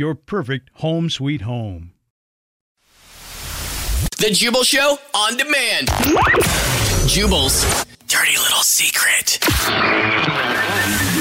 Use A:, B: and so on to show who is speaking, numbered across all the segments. A: your perfect home sweet home.
B: The Jubal Show on demand. Jubal's dirty little secret.
C: All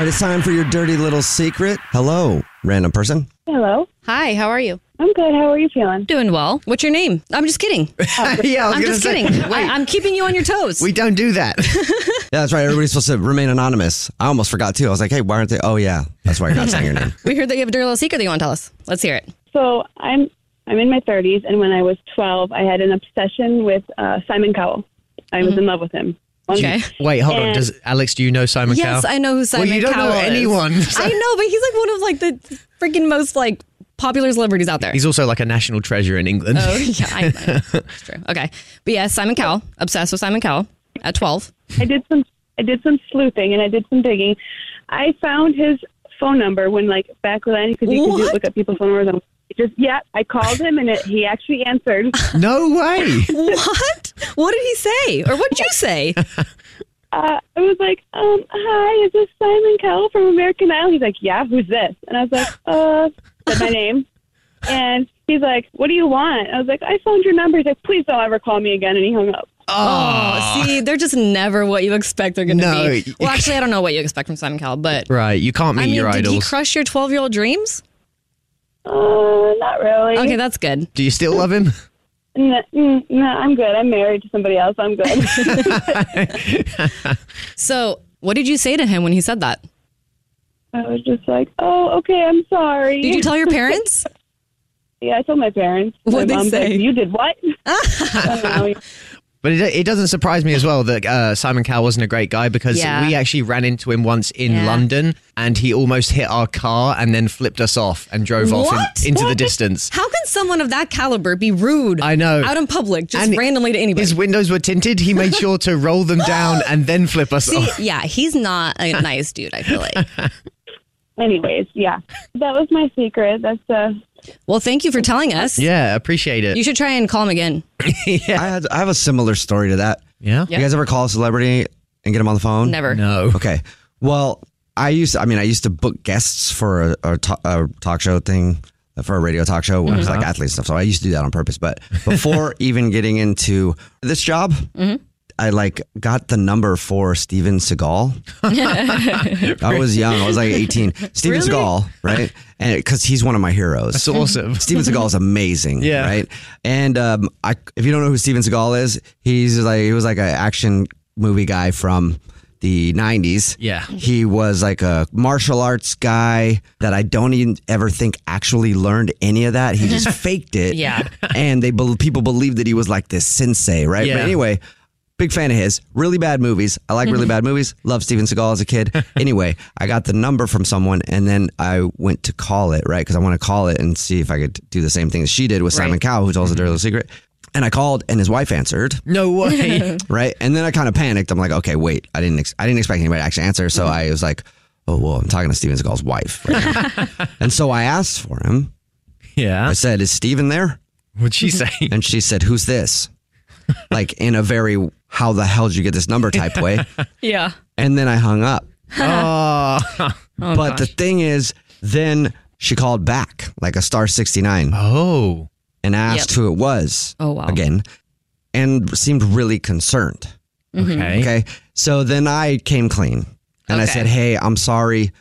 C: right, it's time for your dirty little secret. Hello, random person.
D: Hello.
E: Hi, how are you?
D: I'm good. How are you feeling?
E: Doing well. What's your name? I'm just kidding.
C: yeah, I
E: I'm just kidding. I, I'm keeping you on your toes.
C: we don't do that. yeah, that's right. Everybody's supposed to remain anonymous. I almost forgot too. I was like, hey, why aren't they? Oh yeah, that's why you're not saying your name.
E: We heard that you have a dirty little secret that you want to tell us. Let's hear it.
D: So I'm I'm in my 30s, and when I was 12, I had an obsession with uh, Simon Cowell. I was in love with him.
E: Mm-hmm. Okay.
F: Wait, hold on.
D: And-
F: Does Alex? Do you know Simon
E: Yes,
F: Cowell?
E: I know who Simon
F: Well, you don't
E: Cowell
F: know
E: is.
F: anyone. so-
E: I know, but he's like one of like the freaking most like popular celebrities out there.
F: He's also like a national treasure in England.
E: oh yeah, I know. It's true. Okay, but yeah, Simon Cowell. Obsessed with Simon Cowell at 12.
D: I did some I did some sleuthing and I did some digging. I found his phone number when like back then because you could do,
E: What?
D: look up people's phone numbers. On, it just yeah, I called him and it, he actually answered.
F: No way.
E: What? What did he say? Or what did you say?
D: Uh, I was like, um, hi, is this Simon Cowell from American Idol? He's like, yeah, who's this? And I was like, uh, said my name. And he's like, what do you want? I was like, I found your number. He's like, please don't ever call me again. And he hung up.
E: Oh, see, they're just never what you expect they're going to
F: Ah. No,
E: be.
F: you-
E: Well, actually, I don't know what you expect from Simon Cowell, but
F: right, you can't meet
E: I mean,
F: your
E: did he
F: idols.
E: crush your 12 year old dreams?
D: Uh, not really.
E: Okay, that's good.
F: do you still love him?
D: No, mm, no, I'm good. I'm married to somebody else. I'm good.
E: So, what did you say to him when he said that?
D: I was just like, oh, okay, I'm sorry.
E: Did you tell your parents?
D: Yeah, I told my parents.
E: What'd
D: my
E: they
D: mom's
E: say?
D: Like, you did what? I don't know.
F: But it, it doesn't surprise me as well that uh, Simon Cowell wasn't a great guy because
E: Yeah.
F: we actually ran into him once in
E: Yeah.
F: London and he almost hit our car and then flipped us off and drove off
E: What?
F: in, into the
E: What?
F: distance.
E: How can someone of that caliber be rude?
F: I know.
E: Out in public, just
F: And
E: randomly to anybody.
F: His windows were tinted. He made sure to roll them down and then flip us
E: See,
F: off.
E: yeah, he's not a nice dude, I feel like.
D: Anyways, yeah, that was my secret. That's uh,
E: Well, thank you for telling us.
F: Yeah, appreciate it.
E: You should try and call him again.
C: I, had, I have a similar story to that.
F: yeah?
C: You guys ever call a celebrity and get them on the phone?
E: Never.
F: No.
C: Okay. Well, I used. I mean, I used to book guests for a, a, to- a talk show thing, for a radio talk show, when I was like athlete stuff. So I used to do that on purpose. But before even getting into this job, I like got the number for Steven Seagal. I was young. I was like eighteen. Steven Seagal, right? And because he's one of my heroes.
F: That's awesome.
C: Steven Seagal is amazing.
F: Yeah.
C: Right. And um, I, if you don't know who Steven Seagal is, he's like he was like an action movie guy from the '90s.
F: Yeah.
C: He was like a martial arts guy that I don't even ever think actually learned any of that. He just faked it.
E: Yeah.
C: And they bel people believed that he was like this sensei, right?
F: Yeah.
C: But anyway. Big fan of his. Really bad movies. I like really bad movies. Love Steven Seagal as a kid. Anyway, I got the number from someone and then I went to call it, right? Because I want to call it and see if I could do the same thing as she did with Simon Cowell, who tells the dirty little secret. And I called and his wife answered
F: No way.
C: right? And then I kind of panicked. I'm like, okay, wait, I didn't, ex- I didn't expect anybody to actually answer. So I was like, oh, well, I'm talking to Steven Seagal's wife. Right now. and so I asked for him.
G: Yeah.
C: I said, is Steven there?
G: What'd she say?
C: And she said, who's this? like in a very, how the hell did you get this number type way?
E: Yeah.
C: And then I hung up.
F: Ah.
E: Oh.
C: Mm-hmm. but the thing is, then she called back like a star 69.
F: Oh.
C: And asked
E: Yep.
C: who it was.
E: Oh, wow.
C: Again, and seemed really concerned.
E: Mhm.
G: Okay.
C: Okay. So then I came clean and I
E: Okay.
C: said, Hey, I'm sorry.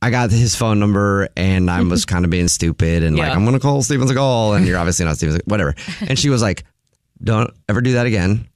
C: I got his phone number and I was kind of being stupid and like,
E: Yeah.
C: I'm going to call Steven Seagal. And you're obviously not Steven Seagal, whatever. And she was like, Don't ever do that again.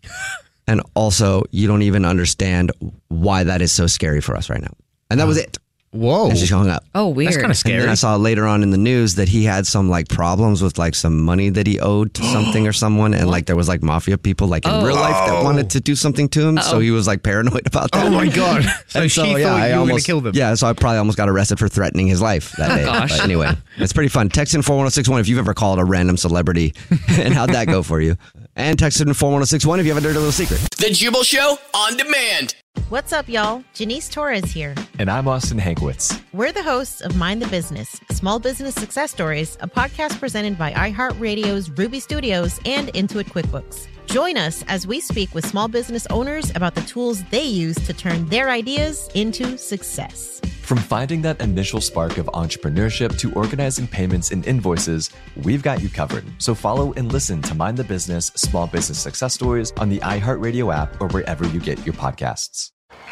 C: And also, you don't even understand why that is so scary for us right now. And that was it.
F: Whoa.
C: And she hung up.
E: Oh, weird.
G: That's kind of
C: And
G: scary.
C: then I saw later on in the news that he had some like problems with like some money that he owed to something or someone, and like there was like mafia people like in
E: Oh.
C: real life that wanted to do something to him, so he was like paranoid about that.
F: Oh my god.
C: And
F: so, she
C: I
F: thought you were going to
C: almost-
F: kill them.
C: Yeah, so I probably almost got arrested for threatening his life that day.
E: gosh.
C: But anyway, it's pretty fun. Text in 41061 if you've ever called a random celebrity and how'd that go for you. And text in 41061 if you have a dirty little secret.
B: The Jubal Show on demand.
H: What's up, y'all? Janice Torres here.
I: And I'm Austin Hankwitz.
H: We're the hosts of Mind the Business, Small Business Success Stories, a podcast presented by iHeartRadio's Ruby Studios and Intuit QuickBooks. Join us as we speak with small business owners about the tools they use to turn their ideas into success.
I: From finding that initial spark of entrepreneurship to organizing payments and invoices, we've got you covered. So follow and listen to Mind the Business Small Business Success Stories on the iHeartRadio app or wherever you get your podcasts.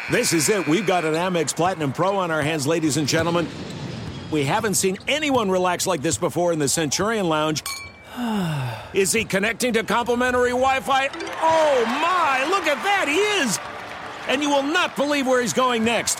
J: This is it. We've got an Amex Platinum Pro on our hands, ladies and gentlemen. We haven't seen anyone relax like this before in the Centurion Lounge. Is he connecting to complimentary Wi Fi? Oh my, look at that! He is! And you will not believe where he's going next.